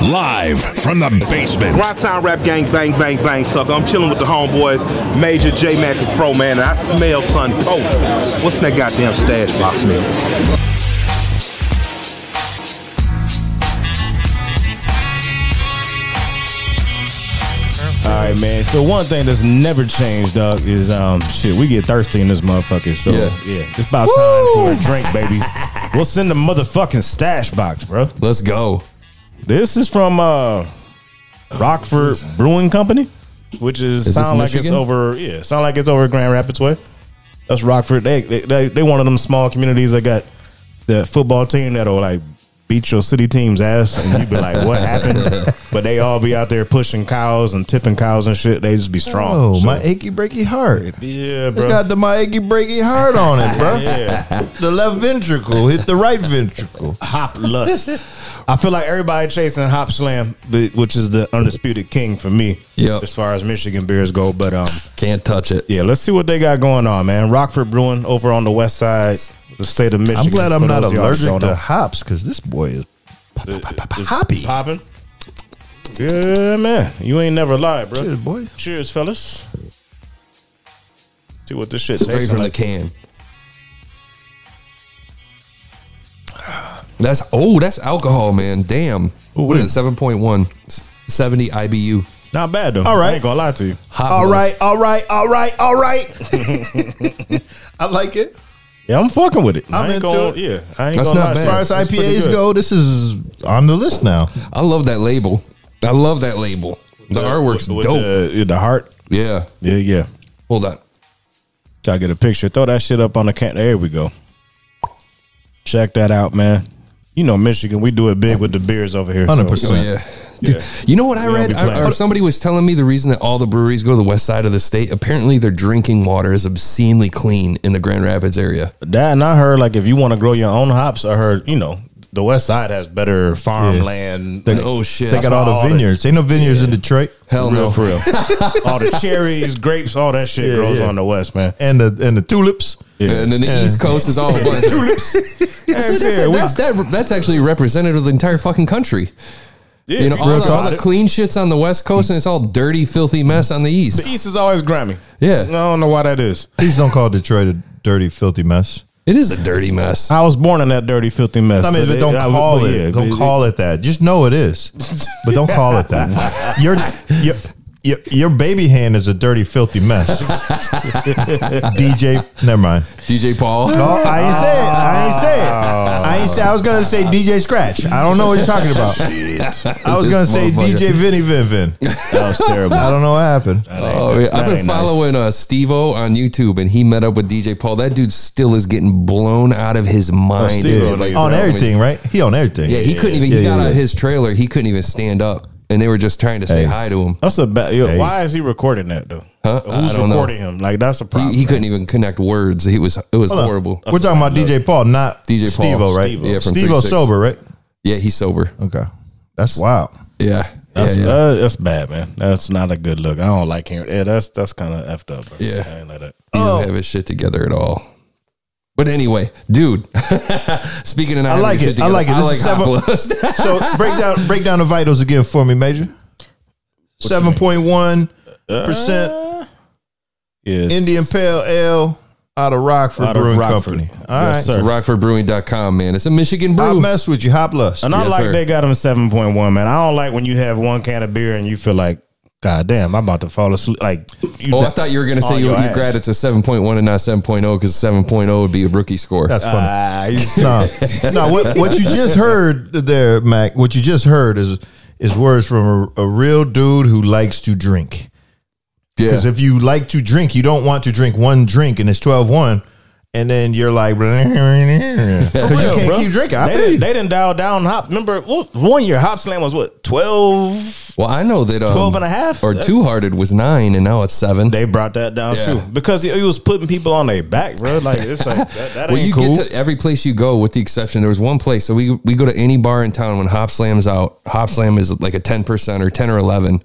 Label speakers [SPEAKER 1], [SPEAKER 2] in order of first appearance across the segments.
[SPEAKER 1] Live from the basement.
[SPEAKER 2] Grind Town Rap Gang, bang, bang, bang, sucker. I'm chilling with the homeboys, Major J Mac and Pro Man, and I smell sun. Oh, what's in that goddamn stash box smell?
[SPEAKER 3] All right, man. So one thing that's never changed, dog, is um shit. We get thirsty in this motherfucker, so yeah,
[SPEAKER 4] Yeah.
[SPEAKER 3] it's about time for a drink, baby. We'll send the motherfucking stash box, bro.
[SPEAKER 4] Let's go.
[SPEAKER 3] This is from uh Rockford Brewing Company, which is,
[SPEAKER 4] Is this
[SPEAKER 3] sound like it's
[SPEAKER 4] Michigan?
[SPEAKER 3] over. Yeah, sound like it's over Grand Rapids way. That's Rockford. They they they, they one of them small communities that got the football team that'll like beat your city team's ass, and you be like, "What happened?" but they all be out there pushing cows and tipping cows and shit. They just be strong.
[SPEAKER 5] Oh,
[SPEAKER 3] So-
[SPEAKER 5] my achy breaky heart.
[SPEAKER 3] yeah,
[SPEAKER 5] It
[SPEAKER 3] bro.
[SPEAKER 5] got the my achy breaky heart on it, bro.
[SPEAKER 3] yeah,
[SPEAKER 5] The left ventricle hit the right ventricle.
[SPEAKER 3] hop lust. I feel like everybody chasing hop slam, but- which is the undisputed king for me.
[SPEAKER 4] Yep.
[SPEAKER 3] as far as Michigan beers go, but um.
[SPEAKER 4] Can't touch it.
[SPEAKER 3] Yeah, let's see what they got going on, man. Rockford Brewing over on the west side, the state of Michigan.
[SPEAKER 5] I'm glad I'm
[SPEAKER 3] For
[SPEAKER 5] not
[SPEAKER 3] those of y'all that
[SPEAKER 5] allergic
[SPEAKER 3] don't
[SPEAKER 5] to
[SPEAKER 3] know.
[SPEAKER 5] hops because this boy is
[SPEAKER 3] It's
[SPEAKER 5] hoppy.
[SPEAKER 3] popping. Yeah, man. You ain't never lied, bro.
[SPEAKER 5] Cheers,
[SPEAKER 3] Cheers,
[SPEAKER 5] boys.
[SPEAKER 3] fellas. See what this shit
[SPEAKER 4] Straight
[SPEAKER 3] tastes
[SPEAKER 4] from the
[SPEAKER 3] like.
[SPEAKER 4] can. That's oh, that's alcohol, man. Damn. what is it? 7.1. 70 IBU.
[SPEAKER 3] Not bad though.
[SPEAKER 5] All right.
[SPEAKER 3] I ain't gonna lie to you.
[SPEAKER 4] Hot
[SPEAKER 5] All
[SPEAKER 4] mess.
[SPEAKER 5] right, all right, all right, all right. I like it.
[SPEAKER 3] Yeah, I'm fucking with it.
[SPEAKER 5] I'm
[SPEAKER 3] I ain't
[SPEAKER 5] into
[SPEAKER 3] gonna,
[SPEAKER 5] it.
[SPEAKER 3] Yeah, I ain't
[SPEAKER 4] That's
[SPEAKER 3] gonna
[SPEAKER 4] not
[SPEAKER 3] lie to
[SPEAKER 4] bad.
[SPEAKER 5] As far
[SPEAKER 3] you. It's
[SPEAKER 5] as
[SPEAKER 3] pretty
[SPEAKER 5] IPAs
[SPEAKER 3] good.
[SPEAKER 5] go, this is on the list now.
[SPEAKER 4] I love that label. I love that label. The artwork's
[SPEAKER 3] With
[SPEAKER 4] dope.
[SPEAKER 3] The, the heart.
[SPEAKER 4] yeah.
[SPEAKER 3] Yeah, yeah.
[SPEAKER 4] Hold on.
[SPEAKER 3] Gotta get a picture. Throw that shit up on the can. There we go. Check that out, man. You know Michigan, we do it big with the beers over here. so-
[SPEAKER 5] 100%.
[SPEAKER 4] Oh yeah. Dude, You know what I
[SPEAKER 3] We don't
[SPEAKER 4] read?
[SPEAKER 3] be
[SPEAKER 4] I-
[SPEAKER 3] playing.
[SPEAKER 4] or somebody was telling me the reason that all the breweries go to the west side of the state. Apparently, their drinking water is obscenely clean in the Grand Rapids area.
[SPEAKER 3] That and I heard like if you want to grow your own hops, I heard you know the West Side has better farmland.
[SPEAKER 5] They-
[SPEAKER 3] like,
[SPEAKER 4] Oh shit!
[SPEAKER 5] They got
[SPEAKER 3] why
[SPEAKER 5] all
[SPEAKER 3] all
[SPEAKER 5] the
[SPEAKER 3] the-
[SPEAKER 5] vineyards. Ain't no vineyards in Detroit.
[SPEAKER 4] Hell no.
[SPEAKER 3] for real, all the cherries, grapes, all that shit
[SPEAKER 5] Yeah,
[SPEAKER 3] grows
[SPEAKER 5] yeah.
[SPEAKER 3] on the West, man.
[SPEAKER 5] And the and the tulips.
[SPEAKER 4] And then the East Coast is all a bunch. of- So that's,
[SPEAKER 3] Yeah, we-
[SPEAKER 4] that's, that, that's actually representative of the entire fucking country.
[SPEAKER 3] yeah,
[SPEAKER 4] You know,
[SPEAKER 3] if
[SPEAKER 4] all
[SPEAKER 3] think
[SPEAKER 4] the, all
[SPEAKER 3] about
[SPEAKER 4] the
[SPEAKER 3] it,
[SPEAKER 4] clean shit's on the West Coast, and it's all dirty, filthy mess on the East.
[SPEAKER 3] the East is always grimy. I
[SPEAKER 4] Yeah,
[SPEAKER 3] don't know why that is.
[SPEAKER 5] Please don't call Detroit a dirty, filthy mess.
[SPEAKER 4] it is a dirty mess.
[SPEAKER 3] I was born in that dirty, filthy mess.
[SPEAKER 5] I mean, but
[SPEAKER 3] it-
[SPEAKER 5] don't
[SPEAKER 3] I was-
[SPEAKER 5] call
[SPEAKER 3] but
[SPEAKER 5] it.
[SPEAKER 3] yeah,
[SPEAKER 5] don't
[SPEAKER 3] but-
[SPEAKER 5] call it that. Just know it is, but don't call it that. Your your your, your baby hand is a dirty, filthy mess. DJ, never mind.
[SPEAKER 4] DJ Paul.
[SPEAKER 5] Oh, I ain't say it. I ain't say it. I ain't say. I was gonna say DJ Scratch. I don't know what you're talking about. I was gonna
[SPEAKER 4] This
[SPEAKER 5] say
[SPEAKER 4] motherfucker.
[SPEAKER 5] DJ Vinny Vin Vin.
[SPEAKER 3] That was terrible.
[SPEAKER 5] I don't know what happened.
[SPEAKER 4] Oh, yeah. I've
[SPEAKER 3] That
[SPEAKER 4] been
[SPEAKER 3] ain't nice.
[SPEAKER 4] following uh, Steve O on YouTube, and he met up with DJ Paul. That dude still is getting blown out of his mind.
[SPEAKER 3] Oh, Steve-O,
[SPEAKER 4] dude.
[SPEAKER 3] like,
[SPEAKER 5] on
[SPEAKER 4] tell me-
[SPEAKER 5] everything, right? He on everything.
[SPEAKER 4] Yeah, he couldn't even.
[SPEAKER 5] Yeah,
[SPEAKER 4] he got
[SPEAKER 5] yeah,
[SPEAKER 4] out of
[SPEAKER 5] yeah.
[SPEAKER 4] his trailer. He couldn't even stand up, and they were just trying to say
[SPEAKER 5] Hey.
[SPEAKER 4] hi to him.
[SPEAKER 3] That's a bad. yo,
[SPEAKER 5] Hey.
[SPEAKER 3] Why is he recording that though?
[SPEAKER 4] Huh? I
[SPEAKER 3] Who's
[SPEAKER 4] don't know.
[SPEAKER 3] recording him? Like that's a problem.
[SPEAKER 4] He, he couldn't even connect words. He was. It was
[SPEAKER 5] Hold on.
[SPEAKER 4] horrible.
[SPEAKER 3] Oh.
[SPEAKER 5] We're talking about DJ Paul, not
[SPEAKER 4] DJ Paul.
[SPEAKER 5] Steve-O, right?
[SPEAKER 4] Steve-O. Yeah, from
[SPEAKER 5] Steve-O
[SPEAKER 4] 36.
[SPEAKER 5] sober, right?
[SPEAKER 4] Yeah, he's sober.
[SPEAKER 5] Okay, that's wild.
[SPEAKER 4] Yeah,
[SPEAKER 3] That's,
[SPEAKER 4] yeah, yeah.
[SPEAKER 3] uh, that's bad, man. That's not a good look. I don't like hearing. Yeah, that's that's kind of effed up. Bro.
[SPEAKER 4] Yeah.
[SPEAKER 3] I ain't like that.
[SPEAKER 4] he
[SPEAKER 5] Oh.
[SPEAKER 4] doesn't have his shit together at all. But anyway, dude. speaking of, not
[SPEAKER 5] I
[SPEAKER 4] having
[SPEAKER 5] like
[SPEAKER 4] your
[SPEAKER 5] it.
[SPEAKER 4] shit
[SPEAKER 5] I
[SPEAKER 4] together,
[SPEAKER 5] like it. This is
[SPEAKER 4] I
[SPEAKER 5] seven-
[SPEAKER 4] like Hopalist.
[SPEAKER 5] So break down break down the vitals again for me, Major. Seven point one
[SPEAKER 3] Uh,
[SPEAKER 5] percent
[SPEAKER 3] Yeah,
[SPEAKER 5] Indian Pale Ale out of Rockford
[SPEAKER 3] Out of
[SPEAKER 5] Brewing
[SPEAKER 3] Rockford.
[SPEAKER 5] Company. All right,
[SPEAKER 3] Yes, sir.
[SPEAKER 4] Rockfordbrewing.com, man. It's a Michigan
[SPEAKER 5] I
[SPEAKER 4] brew.
[SPEAKER 5] mess with you, Hop Lust.
[SPEAKER 3] And I
[SPEAKER 4] Yes,
[SPEAKER 3] like
[SPEAKER 4] sir.
[SPEAKER 3] they got him seven point one, man. I don't like when you have one can of beer and you feel like, God damn, I'm about to fall asleep. Like, you
[SPEAKER 4] Oh, I thought you were going to
[SPEAKER 3] on
[SPEAKER 4] say you,
[SPEAKER 3] your
[SPEAKER 4] you
[SPEAKER 3] ass.
[SPEAKER 4] grad it's a 7.1 and not oh, 7.0 because 7.0 would be a rookie score.
[SPEAKER 5] That's funny.
[SPEAKER 3] Ah, you-
[SPEAKER 5] no, no. What what you just heard there, Mac? What you just heard is is words from a, a real dude who likes to drink.
[SPEAKER 4] yeah.
[SPEAKER 5] Because if you like to drink, you don't want to drink one drink and it's 12 1, and then you're like, because you
[SPEAKER 3] Yeah,
[SPEAKER 5] can't
[SPEAKER 3] bro.
[SPEAKER 5] keep drinking. I
[SPEAKER 3] they,
[SPEAKER 5] feel you.
[SPEAKER 3] didn't, they didn't dial down hop. Remember, what, one year Hop Slam was what, 12?
[SPEAKER 4] well, I know that um,
[SPEAKER 3] 12 and a half?
[SPEAKER 4] or
[SPEAKER 3] That-
[SPEAKER 4] Two Hearted was nine and now it's seven.
[SPEAKER 3] They brought that down
[SPEAKER 4] Yeah.
[SPEAKER 3] too. Because he was putting people on their back, bro. Like, it's like, that, that
[SPEAKER 4] well,
[SPEAKER 3] ain't
[SPEAKER 4] you
[SPEAKER 3] cool.
[SPEAKER 4] get to every place you go, with the exception, there was one place. So we we go to any bar in town when Hop Slam's out. Hop Slam is like a ten percent or ten or eleven,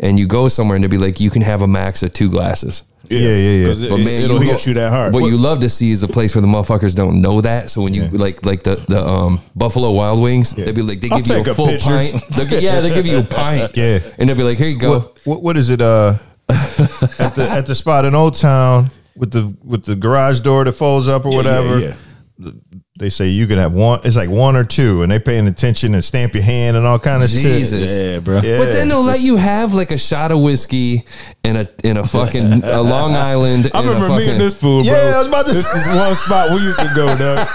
[SPEAKER 4] and you go somewhere and they'll be like, you can have a max of two glasses.
[SPEAKER 5] Yeah, yeah, yeah.
[SPEAKER 3] 'Cause It,
[SPEAKER 4] But man,
[SPEAKER 3] it'll
[SPEAKER 4] you
[SPEAKER 3] hit
[SPEAKER 4] go-
[SPEAKER 3] you that hard.
[SPEAKER 4] What you love to see is the place where the motherfuckers don't know that. So when you like like the the um, Buffalo Wild Wings, they'd be like they
[SPEAKER 3] I'll
[SPEAKER 4] give you
[SPEAKER 3] take
[SPEAKER 4] a
[SPEAKER 3] a
[SPEAKER 4] full
[SPEAKER 3] picture.
[SPEAKER 4] pint. They'll gi- yeah, they give you a pint.
[SPEAKER 5] Yeah.
[SPEAKER 4] and they'll be like, here you go.
[SPEAKER 3] Oh.
[SPEAKER 5] What, what what is it? Uh, at the at the spot in Old Town with the with the garage door that folds up or whatever.
[SPEAKER 3] yeah.
[SPEAKER 5] They say you can have one. It's like one or two, and they paying attention and stamp your hand and all kind of shit.
[SPEAKER 4] Jesus.
[SPEAKER 3] yeah, bro.
[SPEAKER 5] Yeah.
[SPEAKER 4] But then they'll let you have like a shot of whiskey and a and a fucking a Long Island.
[SPEAKER 3] I
[SPEAKER 4] and a
[SPEAKER 3] remember me
[SPEAKER 4] fucking-
[SPEAKER 3] and this fool, bro.
[SPEAKER 5] Yeah, I was about to
[SPEAKER 3] This
[SPEAKER 5] say.
[SPEAKER 3] is one spot we used to go, dog.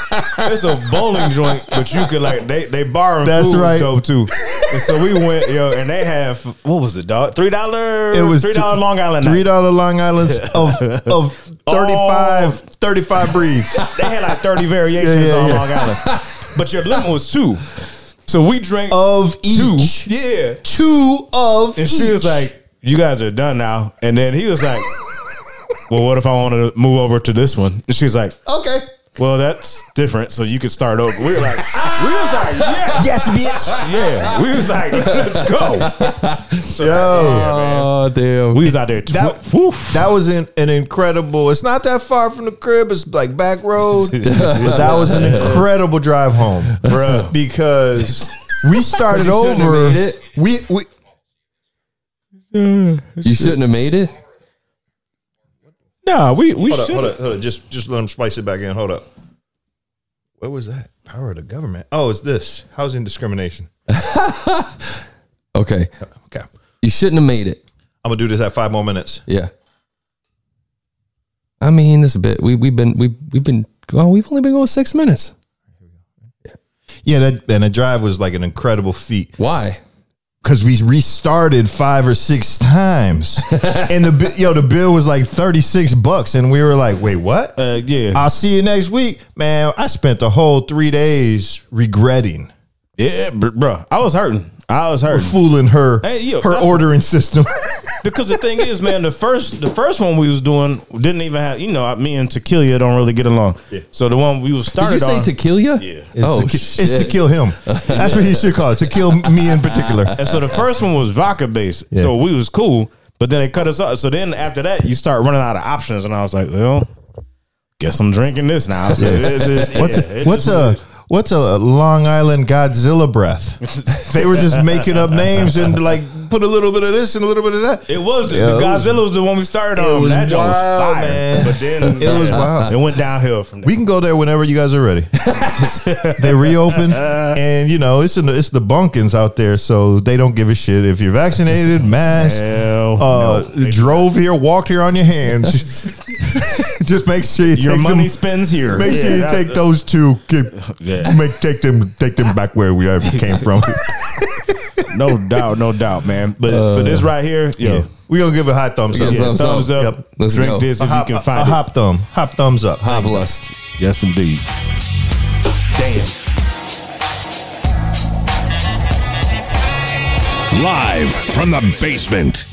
[SPEAKER 3] It's a bowling joint, but you could like they they borrow
[SPEAKER 5] That's
[SPEAKER 3] food was
[SPEAKER 5] right.
[SPEAKER 3] dope too. And so we went, yo, and they have what was it, dog? Three dollar.
[SPEAKER 5] It was
[SPEAKER 3] three dollar
[SPEAKER 5] th-
[SPEAKER 3] Long Island.
[SPEAKER 5] Three
[SPEAKER 3] Night. Oh.
[SPEAKER 5] dollar Long Islands of of 35, 35 breeds.
[SPEAKER 3] They had like thirty variations
[SPEAKER 5] Yeah, yeah,
[SPEAKER 3] on
[SPEAKER 5] yeah.
[SPEAKER 3] Long Island, but your limit was two. So we drank
[SPEAKER 5] Of
[SPEAKER 3] two.
[SPEAKER 5] each.
[SPEAKER 3] Yeah,
[SPEAKER 5] Two of
[SPEAKER 3] and she was
[SPEAKER 5] each.
[SPEAKER 3] like, "You guys are done now." And then he was like, "Well, what if I want to move over to this one?" And she's like.
[SPEAKER 5] Okay.
[SPEAKER 3] Well, that's different. So you could start over. We were like, we was like, yes,
[SPEAKER 5] Yes, bitch.
[SPEAKER 3] yeah. We was like, let's go.
[SPEAKER 5] Yo.
[SPEAKER 4] Oh damn.
[SPEAKER 3] We was out there. Tw-
[SPEAKER 5] That-
[SPEAKER 3] whew.
[SPEAKER 5] That was an, an incredible. It's not that far from the crib. It's like back road. but that was an incredible drive home,
[SPEAKER 3] Bruh.
[SPEAKER 5] Because we started
[SPEAKER 4] You shouldn't have
[SPEAKER 5] over.
[SPEAKER 4] made it.
[SPEAKER 5] We we
[SPEAKER 4] You shouldn't have made it.
[SPEAKER 3] Nah, we we
[SPEAKER 5] hold up, hold
[SPEAKER 3] should.
[SPEAKER 5] up, hold up. Just just let them spice it back in. Hold up. What was that? Power of the government. Oh, it's this housing discrimination.
[SPEAKER 4] Okay.
[SPEAKER 5] Okay, I'm
[SPEAKER 4] You shouldn't have made it.
[SPEAKER 5] gonna do this at five more minutes.
[SPEAKER 4] Yeah. I mean, this a bit. We we've been we we've been well, we've only been going six minutes.
[SPEAKER 5] Yeah, that and the drive was like an incredible feat.
[SPEAKER 4] Why?
[SPEAKER 5] because we restarted five or six times, and the bi- yo the bill was like thirty six bucks, and we were like, wait, what?
[SPEAKER 3] Uh, yeah,
[SPEAKER 5] I'll see you next week, man. I spent the whole three days regretting
[SPEAKER 3] yeah, br- bruh. I was hurting. I was hurting
[SPEAKER 5] fooling her
[SPEAKER 3] Hey, yo,
[SPEAKER 5] her
[SPEAKER 3] that's-
[SPEAKER 5] ordering system.
[SPEAKER 3] because the thing is, man, the first the first one we was doing didn't even have. You know, me and Tequila don't really get along. So the one we was
[SPEAKER 4] Did
[SPEAKER 3] started
[SPEAKER 4] you say
[SPEAKER 3] on.
[SPEAKER 4] to kill you? Yeah. Oh,
[SPEAKER 5] it's, to, ki-
[SPEAKER 4] shit.
[SPEAKER 5] it's to kill him. That's what he should call it. To kill me in particular.
[SPEAKER 3] and so the first one was vodka based.
[SPEAKER 5] Yeah.
[SPEAKER 3] So we was cool, but then they cut us off. So then after that, you start running out of options, and I was like, well. Guess I'm drinking this now. So it's- it's-
[SPEAKER 5] What's
[SPEAKER 3] yeah,
[SPEAKER 5] a,
[SPEAKER 3] it's
[SPEAKER 5] what's
[SPEAKER 3] just-
[SPEAKER 5] a what's a Long Island Godzilla breath? they were just making up names and like put a little bit of this and a little bit of that.
[SPEAKER 3] It was the,
[SPEAKER 5] Yeah,
[SPEAKER 3] the
[SPEAKER 5] it was-
[SPEAKER 3] Godzilla was, the one we started
[SPEAKER 5] it
[SPEAKER 3] on.
[SPEAKER 5] was
[SPEAKER 3] that joint was
[SPEAKER 5] wild,
[SPEAKER 3] fire,
[SPEAKER 5] man.
[SPEAKER 3] but then
[SPEAKER 5] It was
[SPEAKER 3] yeah,
[SPEAKER 5] wild.
[SPEAKER 3] It went downhill from there.
[SPEAKER 5] We can go there whenever you guys are ready. they reopen, and you know it's in the, it's the bunkins out there, so they don't give a shit if you're vaccinated, masked,
[SPEAKER 3] Hell
[SPEAKER 5] uh,
[SPEAKER 3] no.
[SPEAKER 5] drove here, walked here on your hands. Just make sure you
[SPEAKER 3] Your
[SPEAKER 5] take
[SPEAKER 3] money
[SPEAKER 5] them,
[SPEAKER 3] spends here.
[SPEAKER 5] Make sure
[SPEAKER 3] Yeah,
[SPEAKER 5] you
[SPEAKER 3] that-
[SPEAKER 5] take those two. Get,
[SPEAKER 3] Yeah.
[SPEAKER 5] make take them take them back where we ever came from.
[SPEAKER 3] No doubt, no doubt, man. But
[SPEAKER 5] Uh,
[SPEAKER 3] for this right here, yo, yeah,
[SPEAKER 5] we gonna give a high thumbs up.
[SPEAKER 4] Yeah, thumbs
[SPEAKER 3] thumbs
[SPEAKER 4] up.
[SPEAKER 3] up.
[SPEAKER 5] Yep.
[SPEAKER 4] Let's
[SPEAKER 3] Drink
[SPEAKER 4] go.
[SPEAKER 3] this
[SPEAKER 5] A
[SPEAKER 3] if
[SPEAKER 5] hop,
[SPEAKER 3] you
[SPEAKER 5] a,
[SPEAKER 3] can find
[SPEAKER 5] a
[SPEAKER 3] it.
[SPEAKER 5] hop thumb, hop thumbs up.
[SPEAKER 4] Hob lust.
[SPEAKER 3] Yes, indeed.
[SPEAKER 1] Live from the basement.